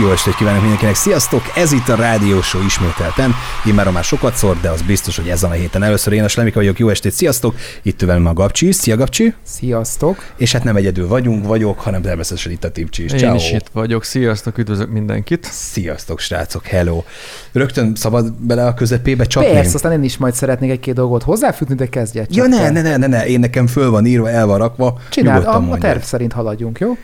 Jó estét kívánok mindenkinek, sziasztok! Ez itt a Rádió Show ismételten. Immáron már sokat szor, de az biztos, hogy ezen a héten először én a Slemika vagyok. Jó estét, sziasztok! Itt velem a Gabcsi. Szia Gabcsi! Sziasztok! És hát nem egyedül vagyunk, vagyok, hanem természetesen itt a Tipcsi is. Én Ciao. is itt vagyok. Sziasztok, üdvözlök mindenkit. Sziasztok, srácok, hello! Rögtön szabad bele a közepébe csapni? Persze, aztán én is majd szeretnék egy-két dolgot hozzáfűzni, de kezdj el. Ja, csak ne, te. ne, ne, ne, ne, én nekem föl van írva, el van rakva. Csináld, nyugodtan a, a mondjad. terv szerint haladjunk, jó?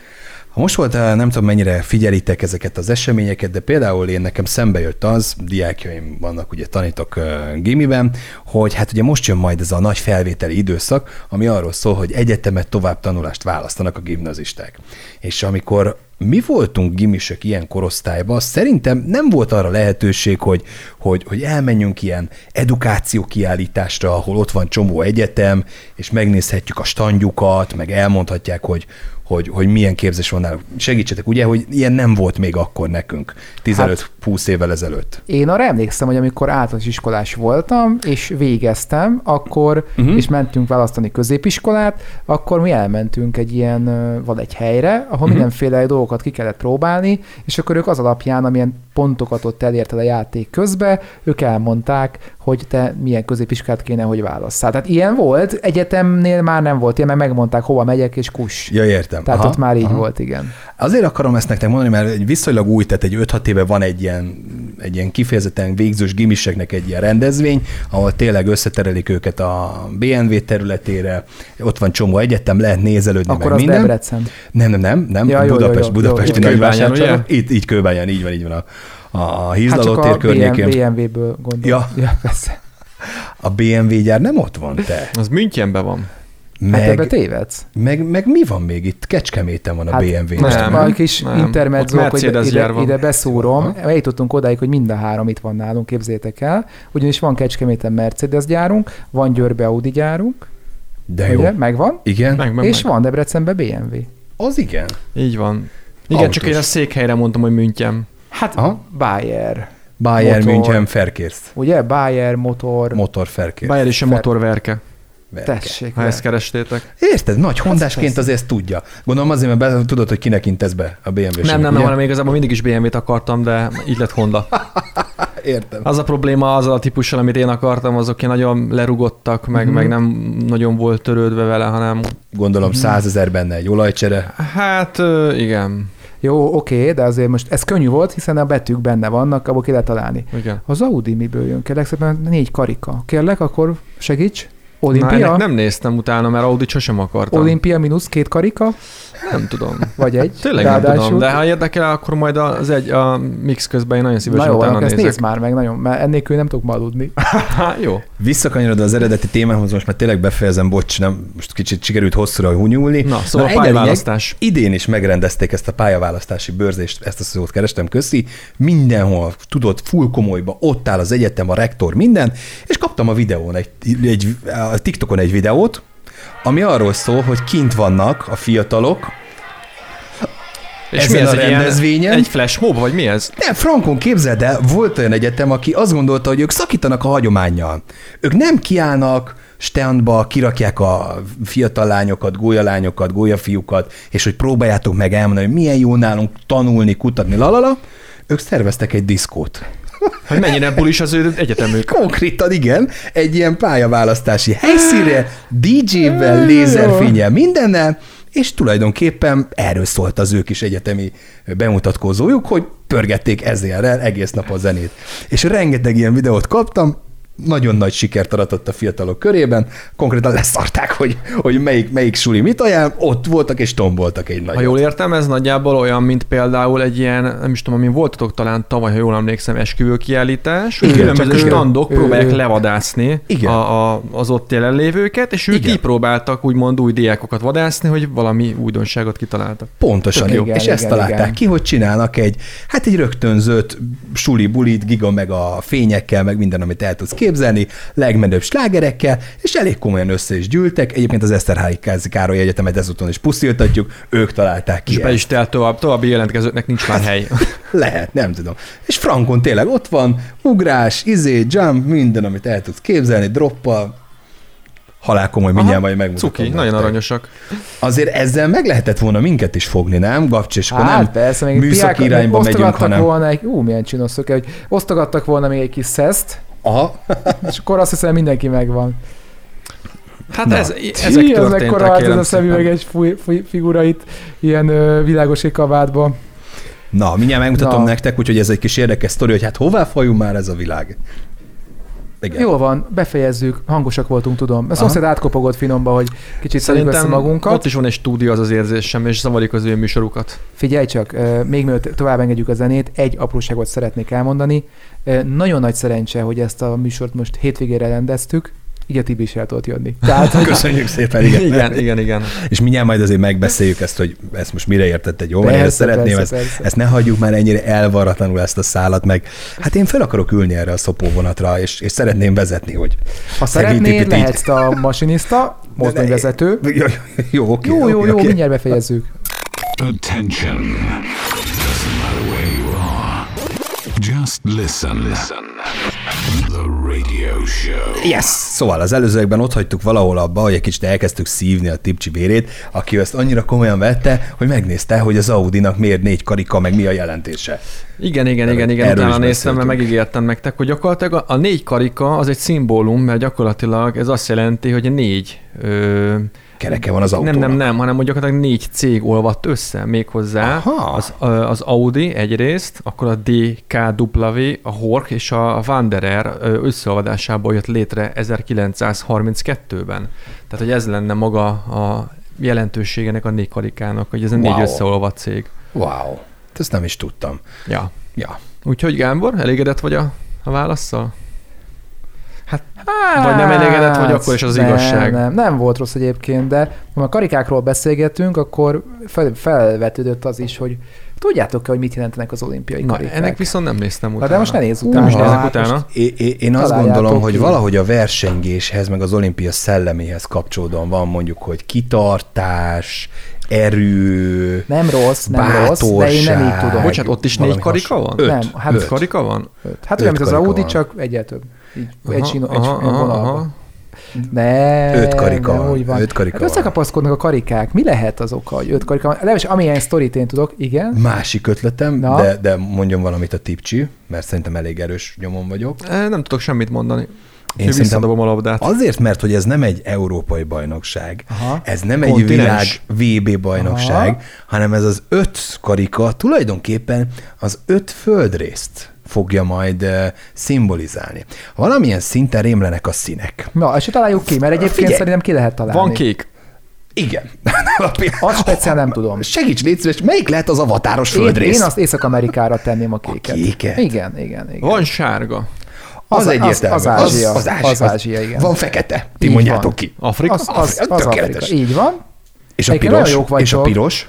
Ha most volt, eh, nem tudom mennyire figyelitek ezeket az eseményeket, de például én nekem szembe jött az, diákjaim vannak, ugye tanítok eh, gimiben, hogy hát ugye most jön majd ez a nagy felvételi időszak, ami arról szól, hogy egyetemet tovább tanulást választanak a gimnazisták. És amikor mi voltunk gimisök ilyen korosztályban, szerintem nem volt arra lehetőség, hogy, hogy, hogy elmenjünk ilyen edukáció kiállításra, ahol ott van csomó egyetem, és megnézhetjük a standjukat, meg elmondhatják, hogy, hogy, hogy milyen képzés van náluk. Segítsetek, ugye, hogy ilyen nem volt még akkor nekünk, 15-20 évvel ezelőtt. Én arra emlékszem, hogy amikor általános iskolás voltam, és végeztem, akkor, Mhm. uh-huh. és mentünk választani középiskolát, akkor mi elmentünk egy ilyen, ö, van egy helyre, ahol Mhm. uh-huh. mindenféle dolgokat ki kellett próbálni, és akkor ők az alapján, amilyen pontokat ott elérted a játék közbe, ők elmondták, hogy te milyen középiskolát kéne, hogy válasszál. Tehát ilyen volt, egyetemnél már nem volt ilyen, mert megmondták, hova megyek, és kus. Ja, értem. Tehát Aha, aha, ott már így aha. aha. volt, igen. Azért akarom ezt nektek mondani, mert egy viszonylag új, tehát egy 5-6 éve van egy ilyen, egy ilyen kifejezetten végzős gimiseknek egy ilyen rendezvény, ahol tényleg összeterelik őket a BNV területére, ott van csomó egyetem, lehet nézelődni Akkor meg az minden. Debrecen. Nem, nem, nem, nem. Ja, jó, jó, Budapest, jó, Budapesti jó, jó. nagyvásárcsarnok. Kőbányán, ugye? Itt, így kőbányán, így van, így van a, a, a Hát Hízdaló csak tér a környékén. BMW-ből gondolom. Ja. ja persze. Hát A BMW gyár nem ott van, te. Az Münchenben van. Meg... Hát ebbe Meg, tévedsz. meg, meg mi van még itt? Kecskeméten van a Hát, BMW. Most Nem, nem, a kis nem. intermedzók, Ott hogy ide, Mercedes ide, gyár van. ide beszúrom. Aha. Eljutottunk odáig, hogy mind a három itt van nálunk, képzétek el. Ugyanis van Kecskeméten Mercedes gyárunk, van Győrbe Audi gyárunk, De jó. ugye? Megvan. Igen? Meg, meg, és meg. van Debrecenben BMW. Az igen. Így van. Igen, Autós. csak én a székhelyre mondtam, hogy München. Hát Aha. Bayer, Bayern Motor. München Ferkérsz. ugye? Bayer, motor, Motor Ferkérsz. Bayer is a Fer- motorverke, tessék. ha le. ezt kerestétek. Érted? Nagy Hát hondásként persze. azért ezt tudja. Gondolom azért, mert be, tudod, hogy kinek intesz be a bmw Nem, nem, nem, hanem igazából mindig is BMW-t akartam, de így lett Honda. Értem. Az a probléma azzal a típussal, amit én akartam, azok ilyen nagyon lerugottak, meg, meg nem nagyon volt törődve vele, hanem Gondolom százezer benne egy olajcsere. hát ö, igen, Jó, oké, de azért most ez könnyű volt, hiszen a betűk benne vannak, abból ki lehet találni. igen. Az Audi miből jön? Kérlek szépen négy karika. Kérlek, akkor segíts. Na, Olimpia? ennek nem néztem utána, mert Audi sosem akartam. Olimpia mínusz két karika, Nem tudom. vagy egy. Tényleg nem tudom, de hát ha érdekel, akkor majd az egy, a mix közben én nagyon Na szívesen jó, utána akkor ezt nézek. nézd már meg nagyon, mert ennélkül nem tudok ma aludni. Há, jó. Visszakanyarodva az eredeti témához, most már tényleg befejezem, bocs, nem, most kicsit sikerült hosszúra hunyulni. Na, szóval egy Na, pályaválasztás. Idén is megrendezték ezt a pályaválasztási bőrzést, ezt a szót kerestem, köszi. Mindenhol, tudod, full komolyba, ott áll az egyetem, a rektor, minden, és kaptam a videón, egy, egy, a TikTokon egy videót, ami arról szól, hogy kint vannak a fiatalok, És Ezen mi a ez egy ilyen- rendezvényen? Egy flash mob, vagy mi ez? nem, Frankon képzeld el, volt olyan egyetem, aki azt gondolta, hogy ők szakítanak a hagyományjal. Ők nem kiállnak standba, kirakják a fiatal lányokat, gólyalányokat, gólyafiúkat, és hogy próbáljátok meg elmondani, hogy milyen jó nálunk tanulni, kutatni, lalala. Ők szerveztek egy diszkót. Hogy mennyire bulis az ő egyetemük? Konkrétan igen, egy ilyen pályaválasztási helyszínre, DJ-vel, lézerfényel, mindennel, és tulajdonképpen erről szólt az ők is egyetemi bemutatkozójuk, hogy pörgették ezérrel egész nap a zenét. És rengeteg ilyen videót kaptam, nagyon nagy sikert aratott a fiatalok körében, konkrétan leszarták, hogy, hogy melyik, melyik suli mit ajánl, ott voltak és tomboltak egy Ha nagy. jól értem, ez nagyjából olyan, mint például egy ilyen, nem is tudom, amin voltatok talán tavaly, ha jól emlékszem, esküvő kiállítás, hogy Igen, különböző csak ő- standok ő- próbálják ő- levadászni Igen. A, a, az ott jelenlévőket, és ők Igen. így próbáltak úgymond új diákokat vadászni, hogy valami újdonságot kitaláltak. Pontosan, Tök jó. igen, és igen, ezt találták igen. ki, hogy csinálnak egy, hát egy rögtönzött suli bulit, giga meg a fényekkel, meg minden, amit el tudsz képzelni, legmenőbb slágerekkel, és elég komolyan össze is gyűltek. Egyébként az Eszterházi Kázi Károly Egyetemet ezúton is pusztítatjuk, ők találták ki. És be ezt. is telt tovább, további jelentkezőknek nincs már hely. Lehet, nem tudom. És Frankon tényleg ott van, ugrás, izé, jump, minden, amit el tudsz képzelni, droppal, halál komoly, mindjárt majd megmutatom. Cuki, nektek. nagyon aranyosak. Azért ezzel meg lehetett volna minket is fogni, nem? Gabcs, és akkor Hát- nem Hát persze, még műszaki piákat- még irányba megyünk, osztogattak hanem... Volna egy, ú, milyen csinos szöke, hogy osztogattak volna még egy kis szeszt, Aha. és akkor azt hiszem mindenki megvan. Hát Na. ez, Ezek ezek Hí, az történtek, ekkora állt ez kérem a szépen. szemüveges fúj, fúj, figura itt, ilyen ö, világos kabátba. Na, mindjárt megmutatom Na. nektek, úgyhogy ez egy kis érdekes sztori, hogy hát hová fajul már ez a világ. Igen. Jól van, befejezzük, hangosak voltunk, tudom. A Aha. szomszéd átkopogott finomba, hogy kicsit szedjük össze Szerintem magunkat. ott is van egy stúdió az az érzésem, és zavarjuk az ő műsorukat. Figyelj csak, ö, még mielőtt tovább engedjük a zenét, egy apróságot szeretnék elmondani. Ö, Nagyon nagy szerencse, hogy ezt a műsort most hétvégére rendeztük, így a Tibi is el tudott jönni. Tehát, hogy Köszönjük szépen, igen. Igen, igen, igen. igen. És mindjárt majd azért megbeszéljük ezt, hogy ezt most mire értett egy jó, én ezt szeretném, ezt, persze. ezt ne hagyjuk már ennyire elvarratlanul ezt a szállat, meg hát én fel akarok ülni erre a szopóvonatra, és, és szeretném vezetni, hogy Ha Szegény szeretnél, Tipit így. lehetsz a masinista, mozdonyvezető. Jó, jó, oké, Jó, jó, oké, jó, oké. mindjárt befejezzük. Attention. Doesn't matter where you are. Just listen. Listen. The radio show. Yes! Szóval az előzőekben ott hagytuk valahol abba, hogy egy kicsit elkezdtük szívni a tipcsi vérét, aki ezt annyira komolyan vette, hogy megnézte, hogy az Audinak miért négy karika, meg mi a jelentése. Igen, igen, igen, igen. Erről is Utána néztem, beszéltünk. mert megígértem nektek, hogy gyakorlatilag a, a négy karika az egy szimbólum, mert gyakorlatilag ez azt jelenti, hogy négy ö, Kereke van az nem, autónak. nem, nem, hanem hogy gyakorlatilag négy cég olvadt össze méghozzá. Aha. Az, ö, az Audi egyrészt, akkor a DKW, a Hork és a Wanderer ö, összeolvadásából jött létre 1932-ben. Tehát, hogy ez lenne maga a jelentőségenek a négy karikának, hogy ez a négy Wow. összeolvadt cég. Wow, ezt nem is tudtam. Ja. Ja. Úgyhogy Gábor, elégedett vagy a, a válaszsal? Hát, Vagy nem elégedett vagy, akkor is az nem, igazság. Nem, nem volt rossz egyébként, de ha a karikákról beszélgetünk, akkor fel, felvetődött az is, hogy tudjátok-e, hogy mit jelentenek az olimpiai Na, karikák? ennek viszont nem néztem Na, utána. de most ne nézzük Nem is nézek utána. hát É, é, én azt Találjátok gondolom, hogy ki. valahogy a versengéshez, meg az olimpia szelleméhez kapcsolódóan van mondjuk, hogy kitartás, erő, Nem rossz, nem rossz, de én nem így Bátorság. tudom. Bocsánat, hát ott is Valami négy karika van? öt, nem, hát öt. Karika van? öt. Hát olyan, mint az karika Audi, van. csak egyel több. Így, egy sino, egy aha, aha, vonalban. aha. Nem, Öt karika nem van, úgy van. öt karika hát van. összekapaszkodnak a karikák. Mi lehet az oka, hogy öt karika van? Leves, amilyen sztorit én tudok, igen. Másik ötletem, Na? de, de mondjon valamit a tipcsi, mert szerintem elég erős nyomon vagyok. Eh, Nem tudok semmit mondani. Én szerintem- visszadobom a labdát. Azért, mert hogy ez nem egy európai bajnokság, Aha. ez nem egy világ Kontinens. VB bajnokság, Aha. hanem ez az öt karika tulajdonképpen az öt földrészt fogja majd uh, szimbolizálni. Valamilyen szinten rémlenek a színek. Na, és találjuk ki, mert egyébként Figyelj! szerintem ki lehet találni. Van kék. Igen. Azt speciál nem tudom. Segíts légy szíves, melyik lehet az avatáros Én, földrész? én azt Észak-Amerikára tenném a kéket. kéket? Igen, igen, igen. Van sárga. az, az- egyértelmű. az- az Ázsia. Az, az, Ázsia, Az Ázsia, igen. Van fekete, ti Így mondjátok van. ki. Afrika? Az, az, az, Afrika, Afrika. tökéletes. Így van. És a Egyébként nagyon piros? jók vagytok. és a piros?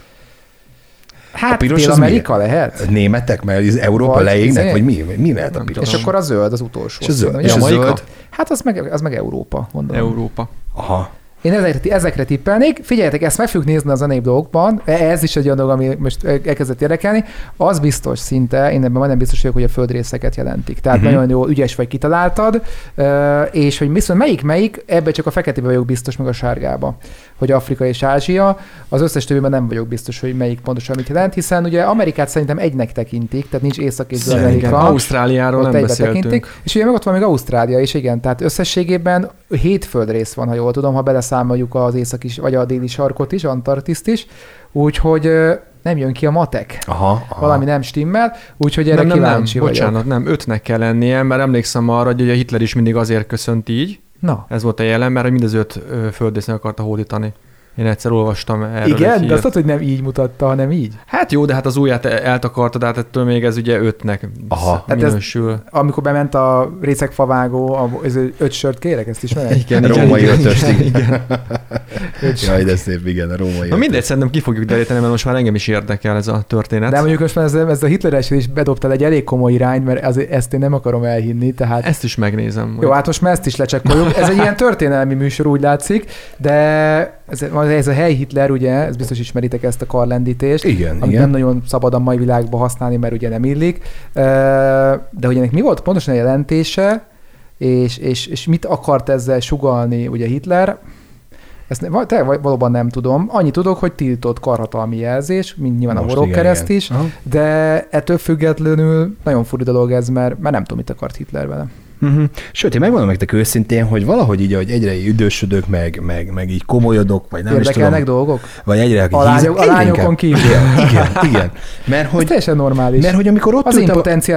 Hát piros az Dél-Amerika milyen? lehet? Németek, mert az Európa Vagy leégnek, izé- vagy mi, mi lehet a Nem piros? És akkor a zöld az utolsó. És a zöld. Ugye? És a Jamaika? zöld. Hát az meg, az meg Európa, mondom. Európa. Aha. Én ezekre, ezekre tippelnék. Figyeljetek, ezt meg fogjuk nézni a zenébb dolgokban. E- Ez is egy olyan dolog, ami most e- elkezdett érdekelni. Az biztos szinte, én ebben majdnem biztos vagyok, hogy a földrészeket jelentik. Tehát uh-huh. nagyon jó, ügyes vagy kitaláltad. Ö, És hogy viszont melyik-melyik, ebbe csak a feketébe vagyok biztos, meg a sárgába. Hogy Afrika és Ázsia. Az összes többiben nem vagyok biztos, hogy melyik pontosan mit jelent, hiszen ugye Amerikát szerintem egynek tekintik, tehát nincs észak és Igen. Amerika. Ausztráliáról Ott nem egybe beszéltünk. tekintik. És ugye meg ott van még Ausztrália is, igen. Tehát összességében hét földrész van, ha jól tudom, ha beleszámoljuk az északi is, vagy a déli sarkot is, Antarktiszt is. Úgyhogy ö, nem jön ki a matek. Aha, aha. Valami nem stimmel, úgyhogy erre Nem, nem, nem, kíváncsi vagyok. bocsánat, nem, ötnek kell lennie, mert emlékszem arra, hogy ugye Hitler is mindig azért köszönt így, Na, ez volt a jelen, mert hogy mind az öt ö, földrésznek akarta hódítani. Én egyszer olvastam erről. egy igen, de hírt. azt tudod, hogy nem így mutatta, hanem így. Hát jó, de hát az ujját eltakartad, hát ettől még ez ugye ötnek Aha. Aha. Hát ez- minősül. Hát Amikor bement a részegfavágó, a, ez ö- öt sört kérek, ezt ismered? Igen, római igen, ötöst, igen, igen. Öt sört. Jaj, de szép, igen, a római Na ötös. mindegy, szerintem ki fogjuk deríteni, mert most már engem is érdekel ez a történet. De mondjuk most már ez, ez a hitleres is bedobtál egy elég komoly irányt, mert ez, ezt én nem akarom elhinni, tehát Ezt is megnézem. Jó, majd. hát most már ezt is lecsekkoljuk. Ez egy ilyen történelmi műsor, úgy látszik, de ez, ez a hely Hitler, ugye, ez biztos ismeritek ezt a karlendítést, Igen, amit igen. nem nagyon szabad a mai világban használni, mert ugye nem illik. Ö, De hogy ennek mi volt pontosan a jelentése, és, és, és mit akart ezzel sugalni ugye Hitler, ezt ne, val- tényleg valóban nem tudom. Annyit tudok, hogy tiltott karhatalmi jelzés, mint nyilván Most Most a borok igen, kereszt igen. is, de ettől függetlenül nagyon furcsa dolog ez, mert, mert nem tudom, mit akart Hitler vele. Uh-huh. Sőt, én megmondom nektek őszintén, hogy valahogy így, ahogy egyre idősödök, meg, meg, meg így komolyodok, vagy nem Érdekelnek is tudom, dolgok? vagy egyre A, lányok, a egyre lányokon inkább- kívül. Igen, igen. Mert Hogy, hogy, teljesen normális. mert hogy amikor ott az ültem... a- impotencia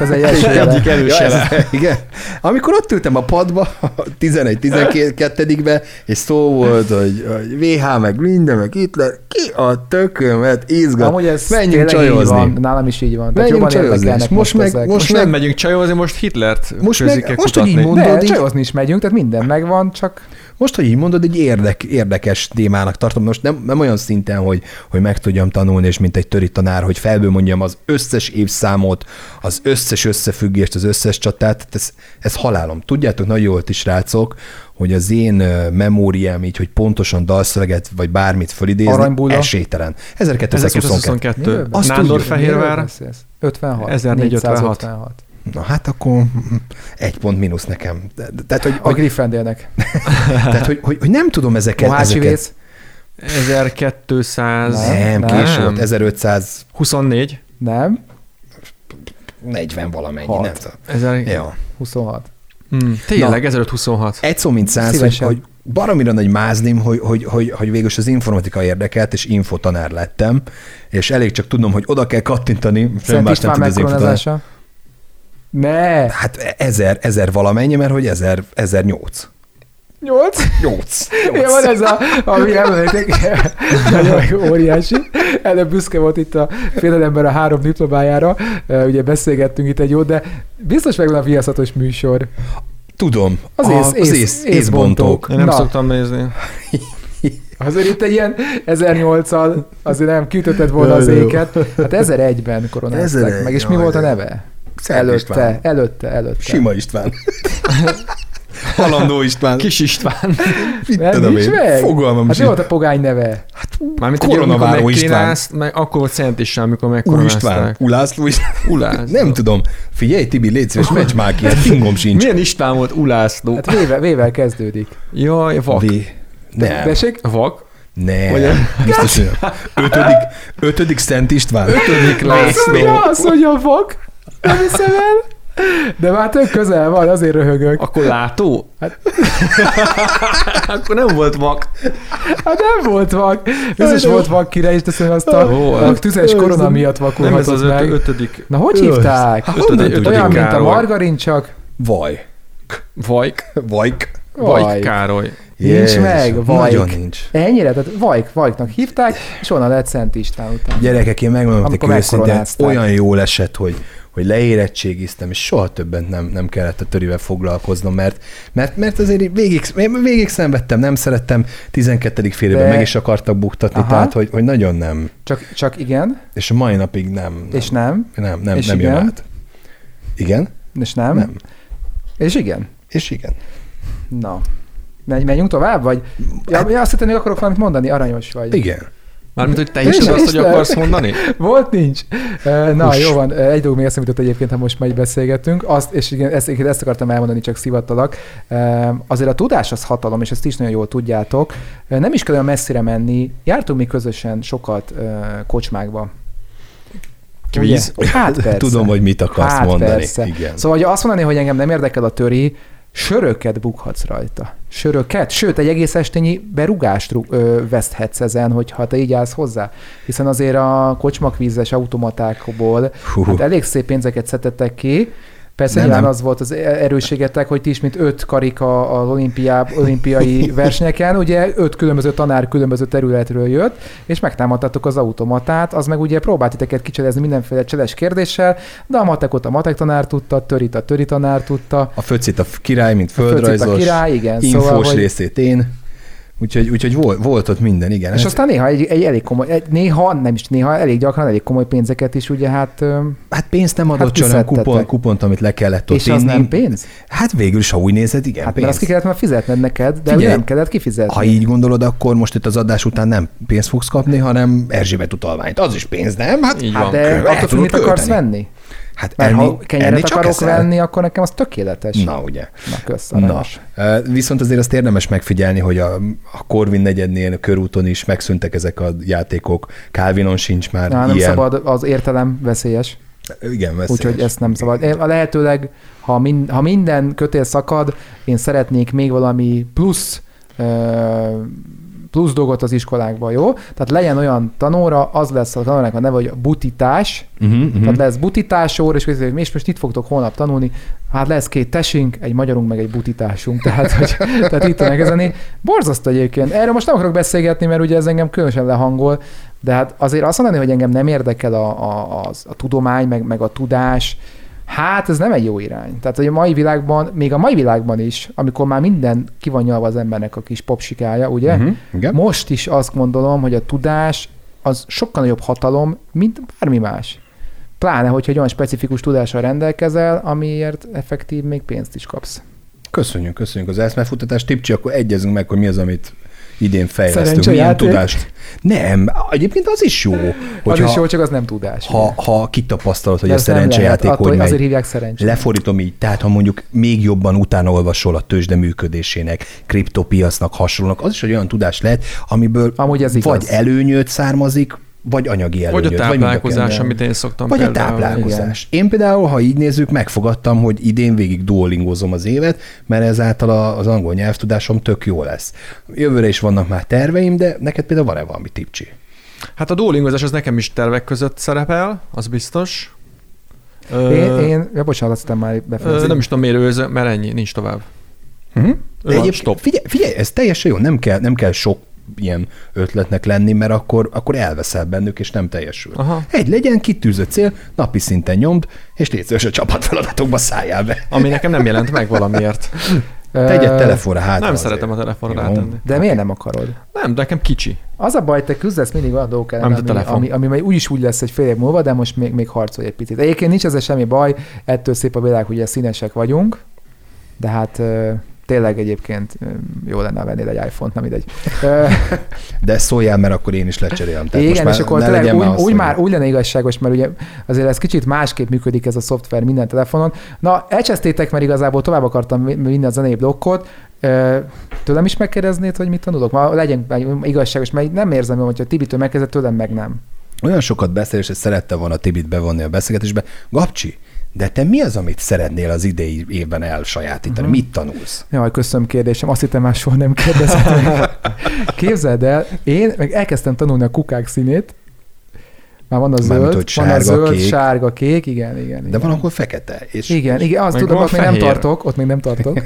az egy első jele. Ja, ez- Igen. Amikor ott ültem a padba, a 11-12-be, és szó volt, hogy, hogy VH, meg minden, meg Hitler, ki a tökömet izgat. Amúgy ez Menjünk tényleg így csajozni. Van, nálam is így van. Tehát Menjünk jobban csajozni. És érdekelnek Most meg, ezek. most Most nem meg, megyünk csajozni, most Hitlert Most meg- közé kell most, hogy így kutatni. mond- de, mondod így- csajozni is megyünk, tehát minden megvan, csak most, hogy így mondod, egy érdek, érdekes témának tartom. Most nem, nem olyan szinten, hogy, hogy meg tudjam tanulni, és mint egy töri tanár, hogy felből mondjam az összes évszámot, az összes összefüggést, az összes csatát. Tehát Ez, ez halálom. Tudjátok nagyon jól ti srácok, hogy az én ö, memóriám így, hogy pontosan dalszöveget vagy bármit fölidézni, Aranybulla. esélytelen. 1222. 1922. Miről Azt Nándor tudjuk. Miről Fehérvár. beszélsz? 56. 1456. 456. Na hát akkor egy pont mínusz nekem. De- de- Tehát, hogy, A hogy, Gryffindornek. tehát, hogy, hogy, hogy nem tudom ezeket. Mohácsi ezeket. Vész? 1224. Nem, Nem. késő volt. 1500 Nem. 40 valamennyi, Hat. nem tudom. Ezer... Ja. 26. Mm, tényleg, 1526. Egy szó, mint száz, hogy, Szívesen. hogy baromira nagy mázlim, hogy, hogy, hogy, hogy végül is az informatika érdekelt, és infotanár lettem, és elég csak tudnom, hogy oda kell kattintani, sem Szent más nem István tud az infotanár. megkoronázása. Ne! Hát ezer, ezer valamennyi, mert hogy ezer, ezer nyolc. Nyolc? Nyolc. Ja, van ez a, ami emléknek, nagyon óriási. Előbb büszke volt itt a félelember a három diplomájára, Ö, ugye beszélgettünk itt egy jót, de biztos megvan a viaszatos műsor. Tudom. Az A- ész- ész- észbontók. Én nem Na. szoktam nézni. Azért itt egy ilyen 1008-al azért nem kiütötted volna az Jaj, de jó. éket. Hát 1001-ben koronázták 1001, meg, és mi jaj, volt a de jó. neve? Szent Előtte, István. előtte, előtte. Sima István. Halandó István. Kis István. Mit Nem, tudom nincs én. meg. Fogalmam Hát mi sincs. volt a pogány neve? Mármint ugye, amikor Koronaváró megkínálsz, meg akkor volt Szent István, amikor Úr István, megkoronázták. Ulászló István. Ulászló. Nem tudom. Figyelj, Tibi, légy szíves, meccs már ki, hát fingom sincs. Milyen István volt Ulászló? Hát vével, vével kezdődik. Jaj, vak. Vi- Nem. Tessék? Vak? Nem, biztos, hogy nem. Ötödik, ötödik Szent István. Ötödik Azt mondja, azt mondja Szóval a vak. Nem hiszem el. De már tök közel van, azért röhögök. Akkor látó? Hát... akkor nem volt vak. Hát nem volt vak. Biztos de jó. volt vak király, és teszem azt a, Volt. a tüzes korona Őrzöm. miatt Nem ez Hát az vakulhatott öt, meg. ötödik Na hogy Őrzöm. hívták? Hát Ötödik- honnan tudjuk? Olyan, ötödik mint a Károly. margarin, csak Vaj. vajk, Vajk. vajk vaj. Károly. Nincs Jézus, meg, vajk. Nagyon nincs. Ennyire? Tehát vajk, vajknak hívták, és onnan lett Szent István után. Gyerekek, én megmondom Amikor nektek őszintén, megkoronázták. olyan jól esett, hogy, hogy leérettségiztem, és soha többet nem, nem kellett a törivel foglalkoznom, mert, mert, mert azért így végig, én végig szenvedtem, nem szerettem, 12. fél évben De- meg is akartak buktatni, Aha. tehát hogy, hogy nagyon nem. Csak, csak igen, És a mai napig nem. nem és nem, nem, nem, és nem jön igen? át. Igen? és nem, Nem. és igen. És igen. Na. Menj, menjünk tovább, vagy? Hát- Ja, ja, azt hittem, hogy akarok valamit mondani, aranyos vagy. Igen. Mármint, hogy te És- is tudod azt, és hogy le- akarsz mondani? Volt, nincs. Ö, Na, Hús. jó van. Ö, Egy dolog még eszembe jutott egyébként, ha most már így beszélgetünk. Azt, és igen, ezt, igen, ezt akartam elmondani, csak szivattalak. Ö, Azért a tudás az hatalom, és ezt is nagyon jól tudjátok. Ö, Nem is kell olyan messzire menni. Jártunk mi közösen sokat ö, kocsmákba. Kvíz. Ugye? Hát persze. Tudom, hogy mit akarsz hát mondani. Persze. Igen. Szóval, hogy azt mondani, hogy engem nem érdekel a töri, söröket bukhatsz rajta. Söröket? Sőt, egy egész estényi berugást rú- ö, veszthetsz ezen, hogyha te így állsz hozzá. Hiszen azért a kocsmakvízes automatákból Hú. hát elég szép pénzeket szettetek ki, Persze Nem, nyilván nem. az volt az e- erősségetek, hogy ti is, mint öt karika az olimpiá, olimpiai versenyeken, ugye öt különböző tanár különböző területről jött, és megtámadtatok az automatát, az meg ugye próbált titeket kicserezni mindenféle cseles kérdéssel, de a matekot a matek tanár tudta, törit a töri tanár tudta, A föcit a f- király, mint föcit földrajzos, a király, igen, infós szóval, hogy- részét én. Úgyhogy, úgyhogy volt, volt ott minden, igen. és Ez- aztán néha egy, egy elég komoly, egy, néha, nem is néha, elég gyakran elég komoly pénzeket is, ugye hát, ö, hát pénzt nem adott, Hát csak olyan kiszedtetek. kupon, kupont, amit le kellett ott és az inni. nem pénz? Hát végül is, ha úgy nézed, igen, Hát pénz. mert azt ki kellett már fizetned neked, de ugye Figyelj, nem kellett kifizetni. Ha így gondolod, akkor most itt az adás után nem pénzt fogsz kapni, hanem Erzsébet utalványt. Az is pénz, nem? Hát Így Hát van. de Kö- el attól függ, tudod mit akarsz költeni. venni? Hát Mert enni, ha enni kenyeret csak akarok eszel? venni, akkor nekem az tökéletes. Na, ugye. Na kösz, Na, aranyos. ö, viszont azért azt érdemes megfigyelni, hogy a, a Corvin negyednél, a körúton is megszűntek ezek a játékok, Calvinon sincs már Na, nem hát ilyen. szabad, az értelem veszélyes, Igen, veszélyes. úgyhogy ezt nem szabad. Én a lehetőleg, ha, min, ha minden kötél szakad, én szeretnék még valami plusz ö, plusz dolgot az iskolákba, jó? Tehát legyen olyan tanóra, az lesz a tanórának a neve, hogy butitás, Uh-huh, uh-huh. Tehát lesz butitás óra, és kérdezik, hogy és most itt fogtok holnap tanulni. Hát lesz két tesünk, egy magyarunk, meg egy butitásunk. Tehát, hogy, tehát itt tudnak ezen. Borzasztó egyébként. Erről most nem akarok beszélgetni, mert ugye ez engem különösen lehangol, de hát azért azt mondani, hogy engem nem érdekel a, a, a, a tudomány, meg, meg a tudás, Hát ez nem egy jó irány. Tehát hogy a mai világban, még a mai világban is, amikor már minden ki van nyalva az embernek a kis popsikája, ugye? Mhm. Igen? Most is azt gondolom, hogy a tudás az sokkal nagyobb hatalom, mint bármi más. Pláne, hogyha egy olyan specifikus tudással rendelkezel, amiért effektív még pénzt is kapsz. Köszönjük, köszönjük az eszmefutatást. Tipcsi, akkor egyezünk meg, hogy mi az, amit idén fejlesztünk. Szerencsejáték. Milyen tudást? Nem, egyébként az is jó. Hogy Hogyha, az is jó, csak az nem tudás. Ha, ha kitapasztalod, hogy De a ez nem szerencsejáték lehet, hogy attól megy. azért hívják szerencsé. Lefordítom így, tehát ha mondjuk még jobban utána olvasol a tőzsde működésének, kriptopiasznak hasonlónak, az is egy olyan tudás lehet, amiből Amúgy ez igaz. vagy előnyöd származik, vagy anyagi előnyöd. Vagy a mind kettő. táplálkozás, amit én szoktam Vagy a például. táplálkozás. Én például, ha így nézzük, megfogadtam, hogy idén végig duolingozom az évet, mert ezáltal a- az angol nyelvtudásom tök jó lesz. Jövőre is vannak már terveim, de neked például van-e valami tipcsi? Hát a duolingozás az nekem is tervek között szerepel, az biztos. Ö, Én, én ja, bocsánat, azt hiszem már ö, befejezni. nem is tudom, miért őző, mert ennyi, nincs tovább. De Van, egyébként- stop. Figyelj, figyelj, ez teljesen jó, nem kell, nem kell sok ilyen ötletnek lenni, mert akkor, akkor elveszel bennük, és nem teljesül. Aha. Egy legyen kitűzött cél, napi szinten nyomd, és légy szíves, a csapatfeladatokba szálljál be. Ami nekem nem jelent meg valamiért. Tegyed telefonra hátra. nem azért. szeretem a telefonra Jó. rátenni. De miért nem akarod? Nem, de nekem kicsi. Az a baj, te küzdesz mindig olyan dolgok ellen, Amit a ami, telefon. ami, ami majd úgy is úgy lesz egy fél év múlva, de most még, még harcolj egy picit. Egyébként nincs ezzel semmi baj, ettől szép a világ, hogy ilyen színesek vagyunk, de hát ö, tényleg egyébként ö, jó lenne, ha vennél egy iPhone-t, nem mindegy. Ö, De szóljál, mert akkor én is lecserélem. Tehát Igen, most és már akkor ne tényleg legyen úgy, az, úgy hogy- már úgy lenne igazságos, mert ugye azért ez kicsit másképp működik ez a szoftver minden telefonon. Na, elcsesztétek, mert igazából tovább akartam vi- vinni a zenei blokkot. Ö, Tőlem is megkérdeznéd, hogy mit tanulok? Ma legyen igazságos, mert nem érzem jól, hogyha Tibitől megkezdett, tőlem meg nem. olyan sokat beszél, és szerette volna Tibit bevonni a beszélgetésbe. Gabcsi, de te mi az, amit szeretnél az idei évben elsajátítani? Mhm. Uh-huh. Mit tanulsz? Jaj, köszönöm kérdésem, azt hittem már soha nem kérdezett meg. Képzeld el, én meg elkezdtem tanulni a kukák színét, már van a zöld, Mármint, hogy van a sárga, zöld, kék. sárga, kék, igen, igen. De igen. van akkor fekete. És Igen, igen, azt Meg tudom, van ott még nem fehér. tartok, ott még nem tartok.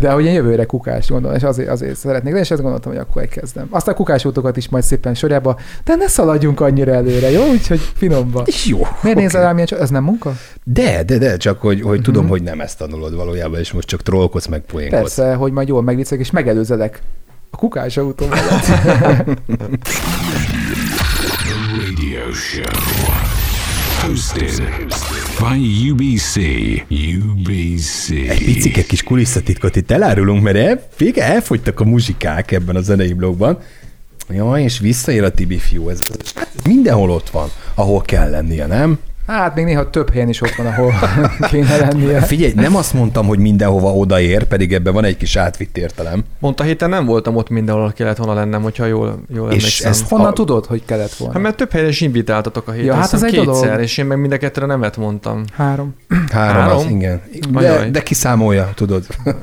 De hogy én jövőre kukás gondolom, és azért, azért szeretnék, de és azt gondoltam, hogy akkor elkezdem. Aztán kukás útokat is majd szépen sorjába, de ne szaladjunk annyira előre, jó? Úgyhogy finomba. Jó. Miért okay. nézel rám ilyen, csa- ez nem munka? De, de, de, csak hogy, Mhm. hogy tudom, hogy nem ezt tanulod valójában, és most csak trollkodsz meg poénkodsz. Persze, hogy majd jól megviccek, és megelőzelek. A kukás autó mellett. The radio show. Hosted by UBC. Egy UBC. picike kis kulisszatitkot itt elárulunk, mert el, vége elfogytak a muzsikák ebben a zenei blogban. Jaj, és visszaér a Tibi fiú. Ez, hát ez mindenhol ott van, ahol kell lennie, nem? Hát még néha több helyen is ott van, ahol kéne lennie. Figyelj, nem azt mondtam, hogy mindenhova odaér, pedig ebben van egy kis átvitt értelem. Mondta héten nem voltam ott mindenhol, kellett volna lennem, hogyha jól, jól És emlékszem. ez- Honnan A- tudod, hogy kellett volna? Hát mert több helyen is invitáltatok a héten, Ja, hát hiszem az egy kétszer, dolog. és én meg mind a kettőre nemet mondtam. Három. Három, Három? az, igen. De, Ajaj. de kiszámolja, tudod. hát-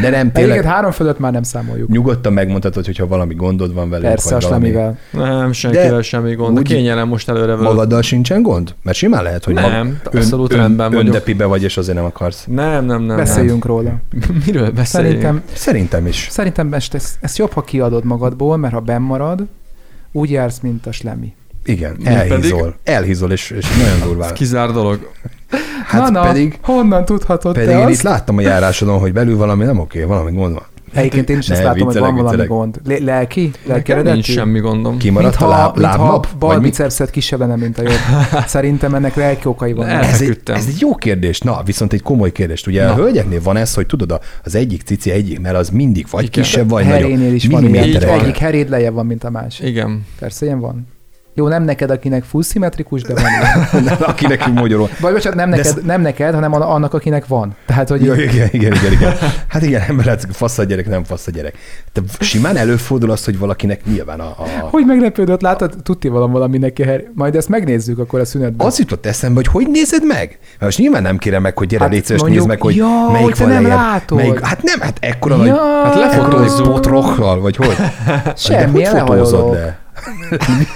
De nem, Egyébként tényleg három fölött már nem számoljuk. nyugodtan megmondhatod, hogyha valami gondod van velünk. Persze, a vagy valami... slamivel. Nem, senkivel De semmi gond. úgy- Úgy... Kényelem most előre vele. Magaddal sincsen gond? Mert simán lehet, hogy Nem, abszolút rendben vagyok. öndepibe vagy, és azért nem akarsz. Nem, nem, nem. Beszéljünk róla. Nem. Miről beszéljünk? Szerintem, Szerintem is. Szerintem ezt, ezt, ezt jobb, ha kiadod magadból, mert ha benmarad, úgy jársz, mint a slemi. Igen, pedig- elhízol. Elhízol, és, és nagyon durván. Kizár dolog. Hát na, na, pedig, honnan tudhatod pedig te én azt? itt láttam a járásodon, hogy belül valami nem oké, valami gond van. Egyébként én is ezt Ne, látom, hogy viccelek, van valami viccelek. gond. Le- lelki? Lelki Nekem eredetű? nincs semmi gondom. Kimaradt a Mintha, láb, mintha lábnap? bal Vagy mi? bicepszed kisebb lenne, mint a jobb. Szerintem ennek lelki okai vannak. Ne. Ez egy, Elfeküdtem. ez egy jó kérdés. Na, viszont egy komoly kérdés. Ugye Na. a hölgyeknél van ez, hogy tudod, a- az egyik cici egyik, mert az mindig vagy Igen. kisebb, vagy nagyobb. Herénél is van ilyen. Milliméterekre. Így van. Egyik heréd lejjebb van, mint a másik. Igen. Persze, ilyen van. Jó, nem neked, akinek full szimmetrikus, de van. ilyen. Aki nekünk magyarul. Vagy bocsánat, nem De neked, ez- nem neked, hanem an- annak, akinek van. Tehát, hogy Ja, igen, igen, igen, igen. Hát igen, ember lehet, fasz a gyerek, nem fasz a gyerek. Te simán előfordul az, hogy valakinek nyilván a, a Hogy meglepődött, látod, tudti valam valami neki, Harry. majd ezt megnézzük akkor a szünetben. az jutott eszembe, hogy hogy nézed meg? Mert most nyilván nem kérem meg, hogy gyere, Hát hát légy szíves, mondjuk, nézd meg, hogy ja, melyik hogy te van nem lejjebb, látod. Melyik, hát nem, hát ekkora Ja, nagy, hát lefotózzuk. lefotózzuk. Potrokkal, vagy hogy? Semmilyen de hogy fotózod lehajolok. le?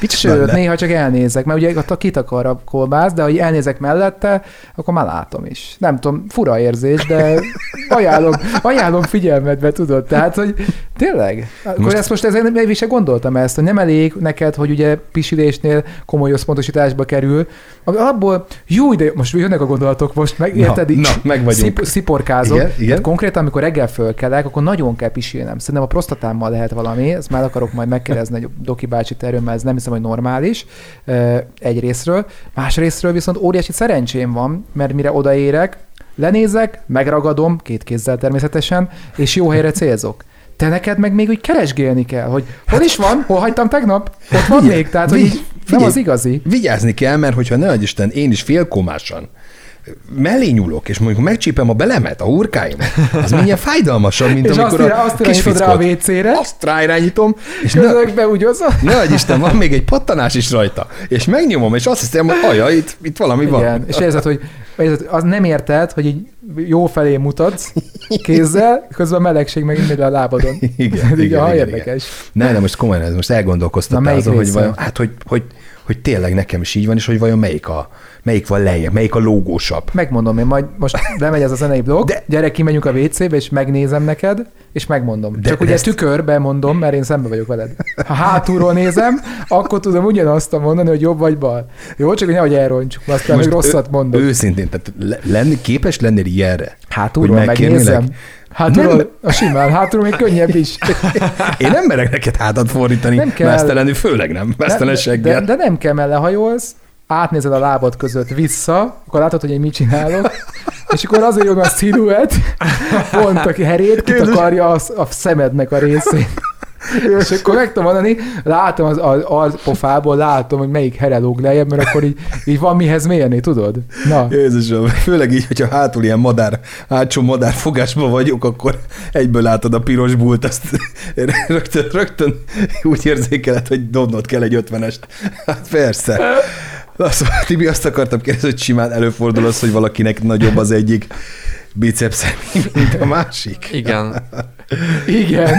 Sőt, le. néha csak elnézek, mert ugye ott a kitakar a kolbász, de ha elnézek mellette, akkor már látom is. Nem tudom, fura érzés, de ajánlom, ajánlom figyelmedbe, tudod? Tehát, hogy tényleg? Akkor Most- most... ezt most ezért nem is gondoltam ezt, hogy nem elég neked, hogy ugye pisilésnél komoly összpontosításba kerül. Abból, jó, de most jönnek a gondolatok most, meg, Na, érted? na, meg vagyunk. Szip, sziporkázom. Igen, igen. Tehát konkrétan, amikor reggel fölkelek, akkor nagyon kell pisilnem. Szerintem a prostatámmal lehet valami, ezt már akarok majd megkérdezni egy Doki bácsit erről, mert ez nem hiszem, hogy normális ö, egy részről. Más részről viszont óriási szerencsém van, mert mire odaérek, lenézek, megragadom, két kézzel természetesen, és jó helyre célzok. Te neked meg még úgy keresgélni kell, hogy hol is van, hol hagytam tegnap, ott van még, tehát hogy vigy- így nem Hát- figyelj. az igazi. Vigyázni kell, mert hogyha ne adj Isten, én is félkomásan mellé nyúlok, és mondjuk megcsípem a belemet, a hurkáimat, az mindjárt fájdalmasabb, mint És azt, amikor irá, a azt kis irányítod rá a fickót- WC-re, azt ráirányítom, és ne, közökbe úgy hozzá. ne adj Isten, van még egy pattanás is rajta, és megnyomom, és azt hiszem, hogy aja, itt, itt valami Igen, van. és érzed, hogy érzed, az nem érted, hogy így jó felé mutatsz kézzel, közben a melegség meg mindig a lábadon. Igen, Pedig, igen, ha igen, érdekes. Ne, de most komolyan, ez most Na, elgondolkoztatta melyik azon, hogy, része? vajon, hát, hogy, hogy, hogy tényleg nekem is így van, és hogy vajon melyik, a, melyik van lejjebb, melyik a lógósabb. Megmondom én, majd most lemegy ez a zenei blokk, De- De... gyere, kimegyünk a WC-be, és megnézem neked, és megmondom. De- De Csak de ugye ezt- ezt... tükörbe mondom, mert én szembe vagyok veled. Ha hátulról nézem, akkor tudom ugyanazt mondani, hogy jobb vagy bal. Jó, csak hogy nehogy elrontsuk, mert aztán még rosszat ő- mondok. Ő... Őszintén, tehát le, lenni, képes lennél ilyenre? Hátulról Hogy megkérnélek? megnézem. Hátulról, Nem. nem. a simán, hátulról még könnyebb is. Én nem merek neked hátat fordítani, Nem kell. mesztelenül, főleg nem, mesztelen de, seggel. de, nem kell, mert lehajolsz, átnézed a lábad között vissza, akkor látod, hogy én mit csinálok, és akkor azért jön a sziluett, pont a herét, kitakarja a, a szemednek a részét. És akkor meg tudom mondani, látom az, az, az pofából, látom, hogy melyik here lóg lejjebb, mert akkor így, így van mihez mérni, tudod? Na, Jézusom, főleg így, hogyha hátul ilyen madár, hátsó madár fogásban vagyok, akkor egyből látod a piros bult, azt rögtön, rögtön úgy érzékeled, hogy dobnod kell egy ötvenest. Hát persze. Na, szóval, Tibi, azt akartam kérdezni, hogy simán előfordul az, hogy valakinek nagyobb az egyik biceps, mint a másik. Igen, igen.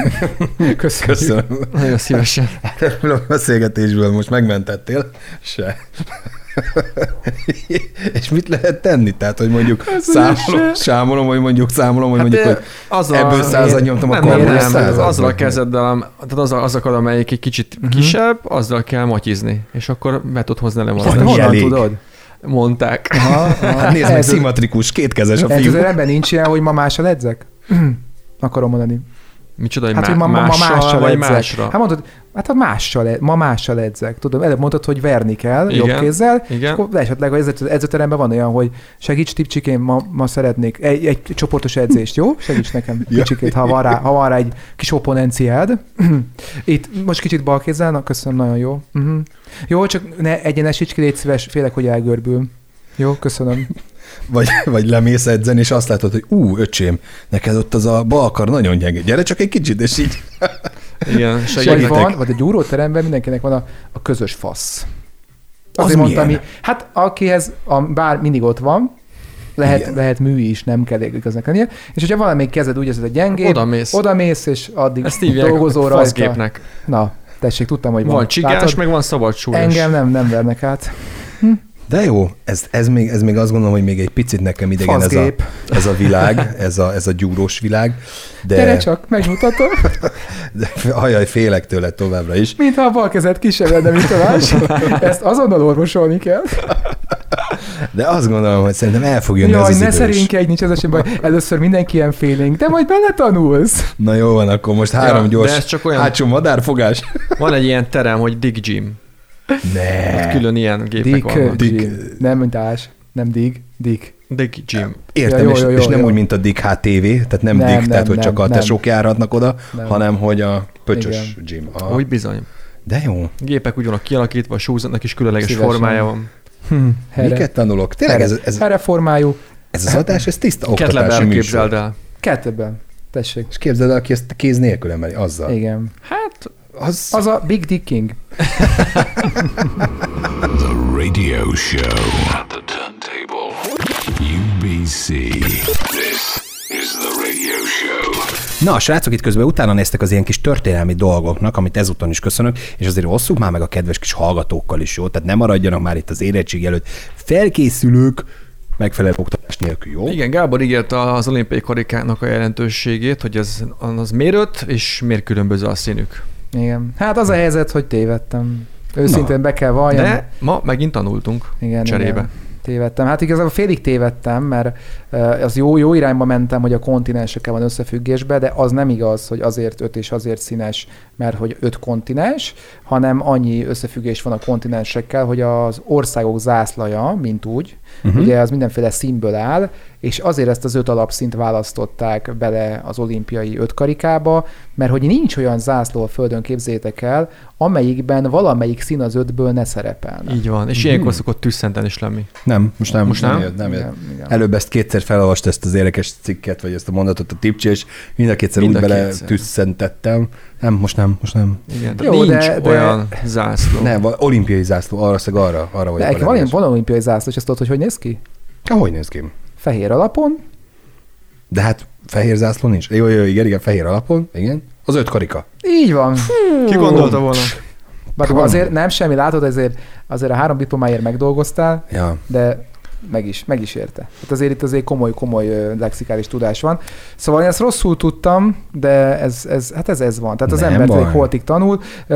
Köszönjük. Köszönöm. nagyon szívesen. Hát, Ebből a beszélgetésből most megmentettél? Se. És mit lehet tenni? Tehát, Hát, hogy mondjuk számolom, számolom, vagy mondjuk számolom, vagy Hát, mondjuk, ö, hogy az ebből század nyomtam, nem, akkor nem, abból is nem, század. Azzal a kezeddel, am- tehát az a, az a kar, amelyik egy kicsit Mhm. uh-huh. kisebb, azzal kell matyizni, és akkor be tud hozni le Ezt Van valamit. ilyen honnan elég. tudod? Mondták. Aha, Hát nézd meg, Ez- szimmetrikus, kétkezes a ez fiú. az ebben nincs ilyen, hogy ma mással edzek? Akarom mondani. Micsoda, hogy, Hát, hogy má- ma, ma, ma mással, mással vagy edzek. másra. Hát mondod, hát a mással, e- ma mással edzek. Tudom, előbb mondtad, hogy verni kell Igen. Igen. jobb kézzel, Igen. akkor esetleg az edző- edzőteremben van olyan, hogy segíts tipcsikém, ma, ma szeretnék egy, egy csoportos edzést, jó? Segíts nekem Ja. kicsikét, ha van rá, ha van rá egy kis opponenciád. Itt most kicsit bal kézzel, na köszönöm, nagyon jó. Uh-huh. Jó, csak ne egyenesíts ki, légy szíves, félek, hogy elgörbül. Jó, köszönöm. Vagy, vagy lemész edzeni, és azt látod, hogy ú, öcsém, neked ott az a balkar nagyon gyenge. Gyere csak egy kicsit, és így Igen, Vagy segítek. van, vagy a gyúróteremben mindenkinek van a, a közös fasz. Az Azért mondtam, mi, milyen? hát akihez a, bár mindig ott van, lehet, Igen. lehet mű is, nem kell igaznak lennie. És hogyha valamelyik kezed úgy érzed, hogy gyengébb, Oda mész. oda mész és addig Ezt hívják dolgozó rajta. faszgépnek. Na, tessék, tudtam, hogy van. Van csigás, Látod? meg van szabad súlyos. Engem nem, nem vernek át. De jó, ez, ez, még, ez még azt gondolom, hogy még egy picit nekem idegen ez a, Faszgép. ez a világ, ez a, ez a gyúrós világ, de, De... Gyere csak, megmutatom, de ajaj, félek tőle továbbra is. mintha a bal kezed kisebb lenne, mint a másik. Ezt azonnal orvosolni kell. De azt gondolom, hogy szerintem el fog jönni Jaj, ez az ne idő is. szerénykedj, nincs ez sem baj. Először mindenki ilyen félénk, de majd beletanulsz. Na jó van, akkor most három Ja, gyors Hát- de ez csak olyan- hátsó madárfogás. Van egy ilyen terem, hogy Dick Gym. Ne, Hát Ott külön ilyen gépek Dick, vannak. E, Dick. Dick. Nem, mint Ás. Nem Dick, Dick. Dick Gym. értem, Ja, jó, és, jó, jó, és nem jó. úgy, mint a Dick HTV, tehát nem, Nem, Dick, tehát nem, hogy csak nem, a nem. tesók járhatnak oda, Nem. hanem hogy a pöcsös gym. Aha. Úgy bizony. De jó. Gépek úgy vannak kialakítva, a súzatnak is különleges Szívesen. formája van. Herre. Miket tanulok? Tényleg ez, ez, Herre formájú, ez az adás, ez tiszta oktatási Ketlebel műsor. képzeld el. kettőben. Tessék. És képzeld el, aki ezt kéz nélkül emeli, azzal. Igen. Hát, Az, Az a Big Dick King. The radio show. At the turntable. UBC. This is the radio show. Na, a srácok itt közben utána néztek az ilyen kis történelmi dolgoknak, amit ezúton is köszönök, és azért osszuk már meg a kedves kis hallgatókkal is, jó? Tehát ne maradjanak már itt az érettség előtt felkészülők megfelelő oktatás nélkül, jó? igen, Gábor ígérte az olimpiai karikáknak a jelentőségét, hogy ez, az miért öt, és miért különböző a színük. Igen. Hát az a helyzet, hogy tévedtem. Őszintén be kell valljam. De ma megint tanultunk igen, cserébe. Igen. Tévedtem. Hát igazából félig tévedtem, mert ö, az jó, jó irányba mentem, hogy a kontinensekkel van összefüggésbe, de az nem igaz, hogy azért öt és azért színes, mert hogy öt kontinens, hanem annyi összefüggés van a kontinensekkel, hogy az országok zászlaja, mint úgy, uh-huh. ugye az mindenféle színből áll, és azért ezt az öt alapszint választották bele az olimpiai ötkarikába, mert hogy nincs olyan zászló a Földön, képzétek el, amelyikben valamelyik szín az ötből ne szerepelne. Így van, és ilyenkor szokott tüsszenten is lenni. Nem, most nem, Most nem nem? jött, nem jött. Igen, igen. Előbb ezt kétszer felolvast ezt az érdekes cikket, vagy ezt a mondatot a tipcs, és mind a kétszer Mind úgy a bele kétszer. tüsszentettem. Nem, most nem, most nem. Igen, Jó, Jó, nincs de- de, de- olyan de... zászló. Nem, val- olimpiai zászló, arra szeg arra, arra De vagyok. egy- van, van olimpiai zászló, és azt tudod, hogy hogy néz ki? Há, Hogy néz ki? Fehér alapon, De hát fehér zászló nincs. Jó, jó, igen, igen, fehér alapon, igen. Az öt karika. így van. Ki gondolta volna? Bár Van. azért nem semmi, látod, ezért azért a három diplomáért megdolgoztál, Ja. de meg is, meg is érte. Hát azért itt azért komoly-komoly lexikális tudás van. Szóval én ezt rosszul tudtam, de ez, ez hát ez, ez van. Tehát az Nem ember baj. egy holtig tanul. Ö,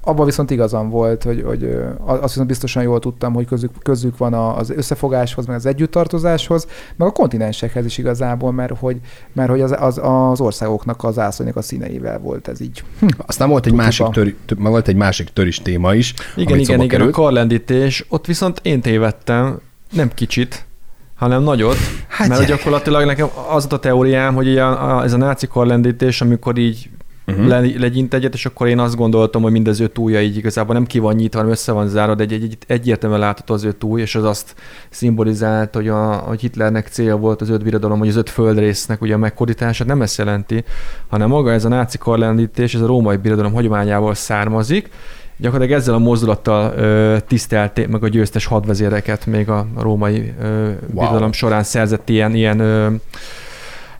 abban viszont igazam volt, hogy, hogy ö, azt viszont biztosan jól tudtam, hogy közük, közük van a- az összefogáshoz, meg az együttartozáshoz, meg a kontinensekhez is igazából, mert hogy, mert hogy az, az, az országoknak az ászonyok a színeivel volt ez így. Aztán volt egy Tukiba. másik tör, tör, volt egy másik tör is téma is. Igen, amit igen, szóba igen, a került. karlendítés. Ott viszont én tévedtem, nem kicsit, hanem nagyot, Hát hát mert gyerekek. gyakorlatilag nekem az volt a teóriám, hogy ilyen, a, ez a náci karlendítés, amikor így uh-huh. le, legyint egyet, és akkor én azt gondoltam, hogy mindez öt újja így igazából nem ki van nyitva, hanem össze van zárva, de egy, egy, egyértelműen látható az öt új, és az azt szimbolizált, hogy, a, hogy Hitlernek célja volt az öt birodalom, vagy az öt földrésznek ugye a megkordítása, nem ezt jelenti, hanem maga ez a náci karlendítés, ez a római birodalom hagyományával származik, Gyakorlatilag ezzel a mozdulattal ö, tisztelték meg a győztes hadvezéreket, még a római ö, wow. birodalom során szerzett ilyen, ilyen ö,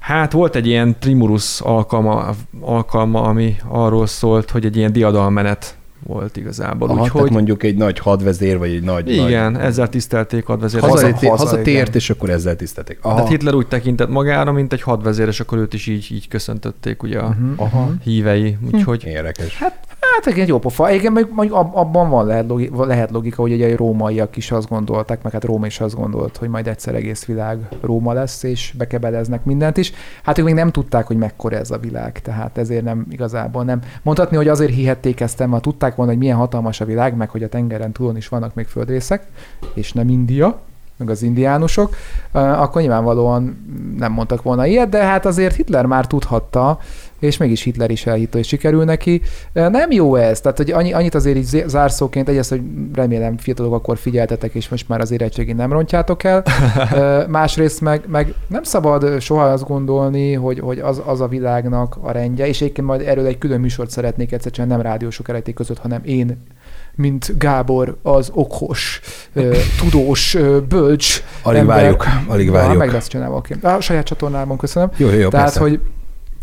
Hát volt egy ilyen Trimurus alkalma, alkalma, ami arról szólt, hogy egy ilyen diadalmenet volt igazából. Aha, tehát Úgyhogy mondjuk egy nagy hadvezér, vagy egy nagy... igen, Nagy... ezzel tisztelték hadvezéreket. Haza- Haza, haza, hazatért, igen. és akkor ezzel tisztették. Aha. Tehát Hitler úgy tekintett magára, mint egy hadvezér, és akkor őt is így, így köszöntötték ugye a uh-huh. Aha. hívei. Úgyhogy Hm. Érdekes. Hát igen, jó pofa. Igen, mondjuk, mondjuk ab- abban van lehet, logi- van- lehet logika, hogy ugye a rómaiak is azt gondolták, meg hát Róma is azt gondolt, hogy majd egyszer egész világ Róma lesz, és bekebeleznek mindent is. Hát ők még nem tudták, hogy mekkora ez a világ, tehát ezért nem igazából nem. Mondhatni, hogy azért hihették ezt, el, mert tudták volna, hogy milyen hatalmas a világ, meg hogy a tengeren túlon is vannak még földrészek, és nem India, meg az indiánusok, ö, akkor nyilvánvalóan nem mondtak volna ilyet, de hát azért Hitler már tudhatta, és mégis Hitler is elhitte, hogy sikerül neki. Ö, Nem jó ez, tehát hogy annyi, annyit azért így zé- zárszóként, egyrészt, hogy remélem fiatalok akkor figyeltetek, és most már az érettségén nem rontjátok el, Ö, másrészt meg, meg nem szabad ö, soha azt gondolni, hogy, hogy az, az a világnak a rendje, és egyébként majd erről egy külön műsort szeretnék egyszer csinálni, nem rádiósok eredeték között, hanem én mint Gábor az okos, ö, tudós, ö, bölcs. Alig ember. várjuk, alig Na, várjuk. Meg lesz csinálva, oké. A saját csatornámon köszönöm. Jó, jó, jó, Tehát, persze. hogy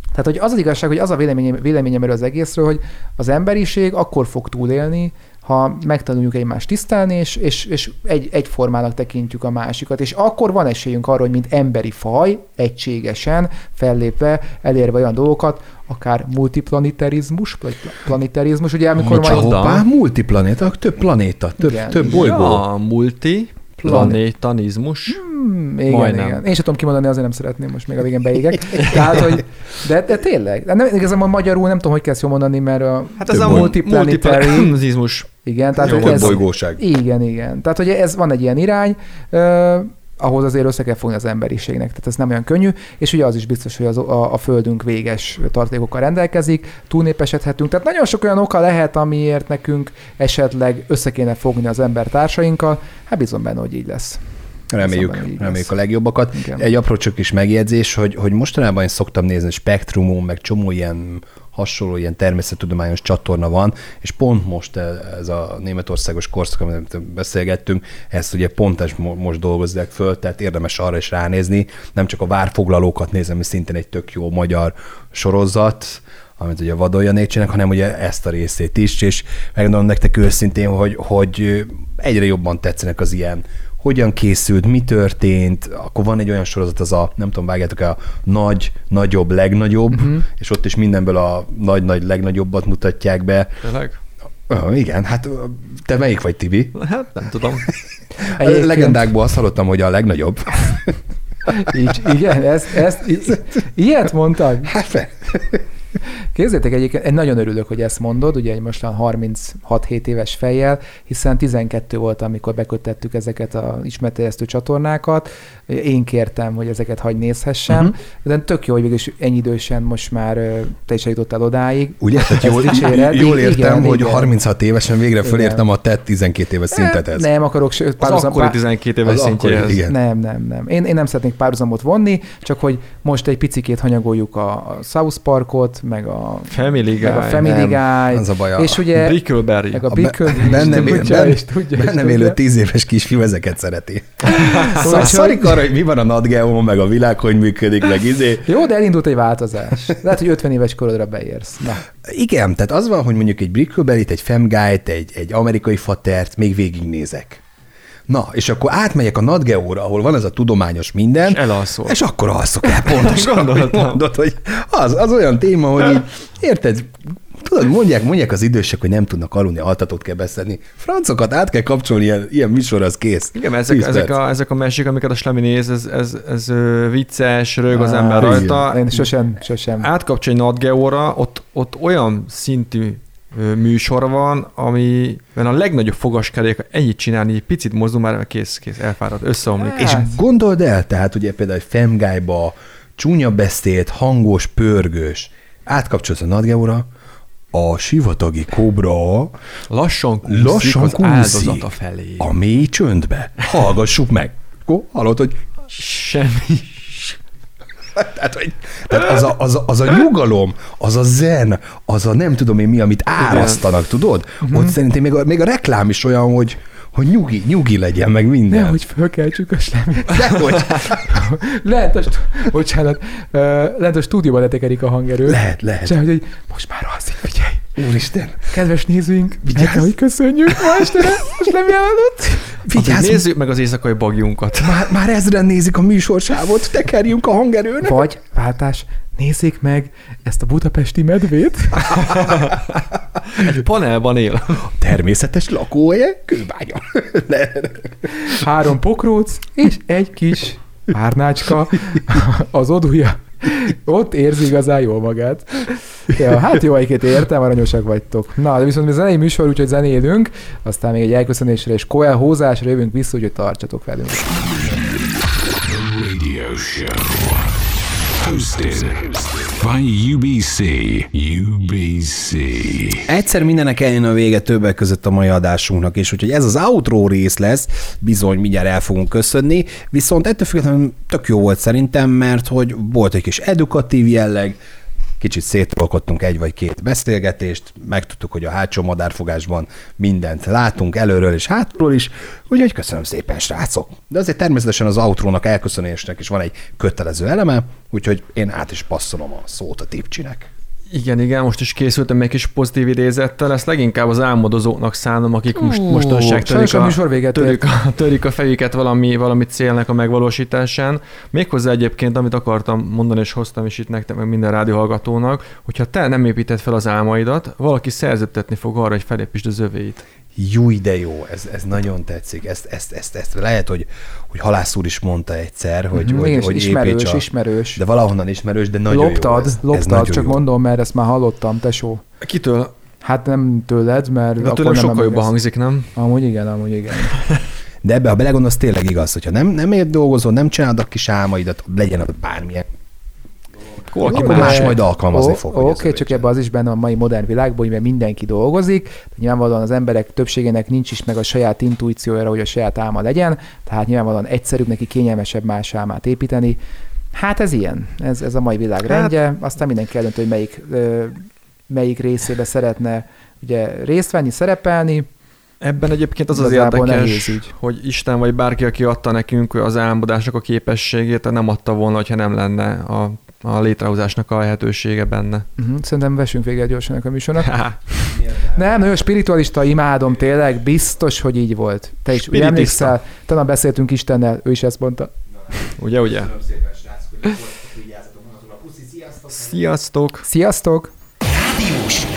tehát, hogy az az igazság, hogy az a véleményem, véleményem erről az egészről, hogy az emberiség akkor fog túlélni, ha megtanuljuk egymást tisztelni, és, és, és egy, egyformának tekintjük a másikat, és akkor van esélyünk arra, hogy mint emberi faj, egységesen, fellépve, elérve olyan dolgokat, akár multiplanetarizmus, vagy pla- planetarizmus, ugye amikor Micsoda? majd... Hoppá, multiplanéta, több planéta, több, Igen, több igen. bolygó. a multi Hm. planétanizmus. Hmm, igen, Majdnem. Majdnem. igen. Én sem tudom kimondani, azért nem szeretném, most még a végén beégek. Tehát, hogy, de, de tényleg, de nem, igazából magyarul nem tudom, hogy kell ezt jól mondani, mert a, Hát ez Több a bolygó. Multiplanetary. multiplanizmus. igen, tehát Jó, hogy ez, bolygóság. igen, igen. Tehát, hogy ez van egy ilyen irány, ö, ahhoz azért össze kell fogni az emberiségnek, tehát ez nem olyan könnyű, és ugye az is biztos, hogy az, a, a földünk véges tartékokkal rendelkezik, túlnépesedhetünk, tehát nagyon sok olyan oka lehet, amiért nekünk esetleg össze kéne fogni az embertársainkkal, hát bízom benne, hogy így lesz. Reméljük, Azonban így reméljük lesz. a legjobbakat. Igen. Egy apró csak kis megjegyzés, hogy, hogy mostanában én szoktam nézni spektrumon, meg csomó ilyen hasonló ilyen természettudományos csatorna van, és pont most e, ez a németországos korszak, amit beszélgettünk, ezt ugye pont ezt mo- most dolgozzák föl, tehát érdemes arra is ránézni. Nem csak a várfoglalókat nézem, ami szintén egy tök jó magyar sorozat, amit ugye a vadoljanék csinálnak, hanem ugye ezt a részét is, és megmondom nektek őszintén, hogy, hogy egyre jobban tetszenek az ilyen hogyan készült, mi történt, akkor van egy olyan sorozat, az a, nem tudom, vágjátok a nagy, nagyobb, legnagyobb, Mhm. uh-huh. és ott is mindenből a nagy-nagy, legnagyobbat mutatják be. Tényleg? Ö, igen, hát ö, te melyik vagy, Tibi? Hát nem tudom. Egyébként. A legendákból azt hallottam, hogy a legnagyobb. Így, igen, ezt, ezt, i- ilyet mondtad? Hát fe- Képzeljétek egyébként, én nagyon örülök, hogy ezt mondod, ugye egy mostan 36-7 éves fejjel, hiszen 12 volt, amikor bekötettük ezeket a ismeretterjesztő csatornákat. Én kértem, hogy ezeket hagy nézhessem, uh-huh. de tök jó, hogy végül is ennyi idősen most már ö, te is eljutottál odáig. Ugye? Tehát Ezt jól, dicséred. jól Igen, értem, igen, hogy igen. 36 évesen végre Igen. Hát, fölértem a te 12 éves szintet ez. Nem akarok se- Az párhuzam- akkori pá- 12 éves Az akkori, szintjéhez. igen. Nem, nem, nem. Én, én nem szeretnék párhuzamot vonni, csak hogy most egy picikét hanyagoljuk a a South Parkot, meg a, Family Guy. meg a Family Guy, Az a baj. és És ugye, ugye Brickleberry. meg a be- Big Curve is bennem él- tudja, ben- és tudja, és bennem tudja. élő 10 éves kisfiú ezeket szereti. Szóval, Szóval hogy- szarik arra, hogy mi van a NatGeo, meg a világ, hogy működik, meg izé. Jó, de elindult egy változás. Lehet, hogy 50 éves korodra beérsz. Na. Igen, tehát az van, hogy mondjuk egy Brickleberry-t, egy Femguy-t, egy, egy amerikai fatert még végignézek. Na, és akkor átmegyek a Nadgeóra, ahol van ez a tudományos minden. És elalszol. És akkor alszok el pontosan, amit Gondoltam. mondod, hogy az, az olyan téma, hogy így, érted, tudod, mondják, mondják az idősek, hogy nem tudnak aludni, altatót kell beszedni. Francokat át kell kapcsolni, ilyen, ilyen műsor az kész. Igen, mert ezek, Tíz ezek, perc. a, ezek a mesék, amiket a Slemi néz, ez, ez, ez ö, vicces, rög az ember igen. rajta. Én sosem, sosem. Átkapcsolj Nat Geo-ra, ott, ott olyan szintű ö, műsor van, amiben a legnagyobb fogaskerék ennyit csinálni, egy picit mozdul már, kész, kész, elfárad, összeomlik. És gondold el, tehát ugye például egy femgájba csúnya beszéd, hangos, pörgős, átkapcsolsz a nadgeóra, a sivatagi kobra Lassan kúszik lassan az kúszik áldozata felé. a mély csöndbe. Hallgassuk meg. Akkor hallod, hogy Semmi. tehát, hogy, tehát az, a, az, a, az a nyugalom, az a zen, az a nem tudom én mi, amit árasztanak, tudod? Mhm. Ott szerintem még a, még a reklám is olyan, hogy, hogy nyugi, nyugi legyen, meg minden. Nehogy fölkeltsük a semmit. Dehogy. Lehet, a stú- bocsánat, ö, lehet a stúdióban letekerik a hangerőt. Lehet, lehet. Csak, hogy így, most már alszik, figyelj. Úristen, Kedves nézőink, el kell, hogy köszönjük ma este, most nem jelenlett. vigyázz, Addig Hát, Nézzük meg az éjszakai bagjunkat. Már, már ezren nézik a műsorsávot, tekerjünk a hangerőnek. Vagy váltás, nézzék meg ezt a budapesti medvét. Egy panelban él. Természetes lakóhelye, kőbánya. Ne. három pokróc és egy kis párnácska az odúja. Ott érzi igazán jól magát. Ja, hát jó, egyébként értem, aranyosak vagytok. Na, de viszont mi zenei műsor, úgyhogy zenélünk, aztán még egy elköszönésre és Koel hózásra jövünk vissza, úgyhogy tartsatok velünk. Radio show. Hosted by UBC. UBC. Egyszer mindenek eljön a vége többek között a mai adásunknak is, úgyhogy ez az outro rész lesz, bizony mindjárt el fogunk köszönni, viszont ettől függetlenül tök jó volt szerintem, mert hogy volt egy kis edukatív jelleg, kicsit szétrolkodtunk egy vagy két beszélgetést, megtudtuk, hogy a hátsó madárfogásban mindent látunk előről és hátulról is, úgyhogy köszönöm szépen, srácok. De azért természetesen az outrónak elköszönésnek is van egy kötelező eleme, úgyhogy én át is passzolom a szót a tipcsinek. Igen, igen, most is készültem egy kis pozitív idézettel, ezt leginkább az álmodozóknak szánom, akik most, Ú, mostanság sajnos törik a a, műsor véget törik, a, törik a fejüket valami, valami célnak a megvalósításán. Méghozzá egyébként, amit akartam mondani, és hoztam is itt nektek, meg minden rádióhallgatónak, hogyha te nem építed fel az álmaidat, valaki szerződtetni fog arra, hogy felépítsd az övéit. Júj, de jó, ez, ez nagyon tetszik. Ezt, ezt, ezt, ezt lehet, hogy, hogy Halász úr is mondta egyszer, hogy, Mhm, hogy, igen, és hogy ismerős, építs ismerős. De valahonnan ismerős, de nagyon jó. loptad, ez. Ez loptad, nagyon csak jó. mondom, mert ezt már hallottam, tesó. Kitől? Hát nem tőled, mert De tőlem nem sokkal jobban emlékszem. hangzik, nem? Amúgy igen, amúgy igen. De ebbe, ha belegondolsz, tényleg igaz, hogyha nem, nem ért dolgozol, nem csinálod a kis álmaidat, legyen az bármilyen. Valaki Akkor más. más majd alkalmazni Ó, fog, hogy Oké, az ő csak csinál. ebben az is benne van a mai modern világban, hogy mert mindenki dolgozik, de nyilvánvalóan az emberek többségének nincs is meg a saját intuíciója, hogy a saját álma legyen, tehát nyilvánvalóan egyszerűbb neki kényelmesebb más álmát építeni. Hát ez ilyen, ez, ez a mai világ Hát- rendje, aztán mindenki eldöntő, hogy melyik, ö, melyik részébe szeretne ugye részt venni, szerepelni. Ebben egyébként az az Igazából érdekes, nehéz így. hogy Isten vagy bárki, aki adta nekünk az álmodásnak a képességét, nem adta volna, hogyha nem lenne a, a létrehozásnak a lehetősége benne. Uh-huh. Szerintem vessünk véget gyorsan ennek a műsornak. Há, Nem, nagyon spiritualista, imádom tényleg, biztos, hogy így volt. Te is ugye Spiritista. emlékszel, talán beszéltünk Istennel, ő is ezt mondta. ugye, ugye? szépen, srácok, hogy vigyázzatok magatokra. Puszi, sziasztok! Sziasztok! Sziasztok! Rádiós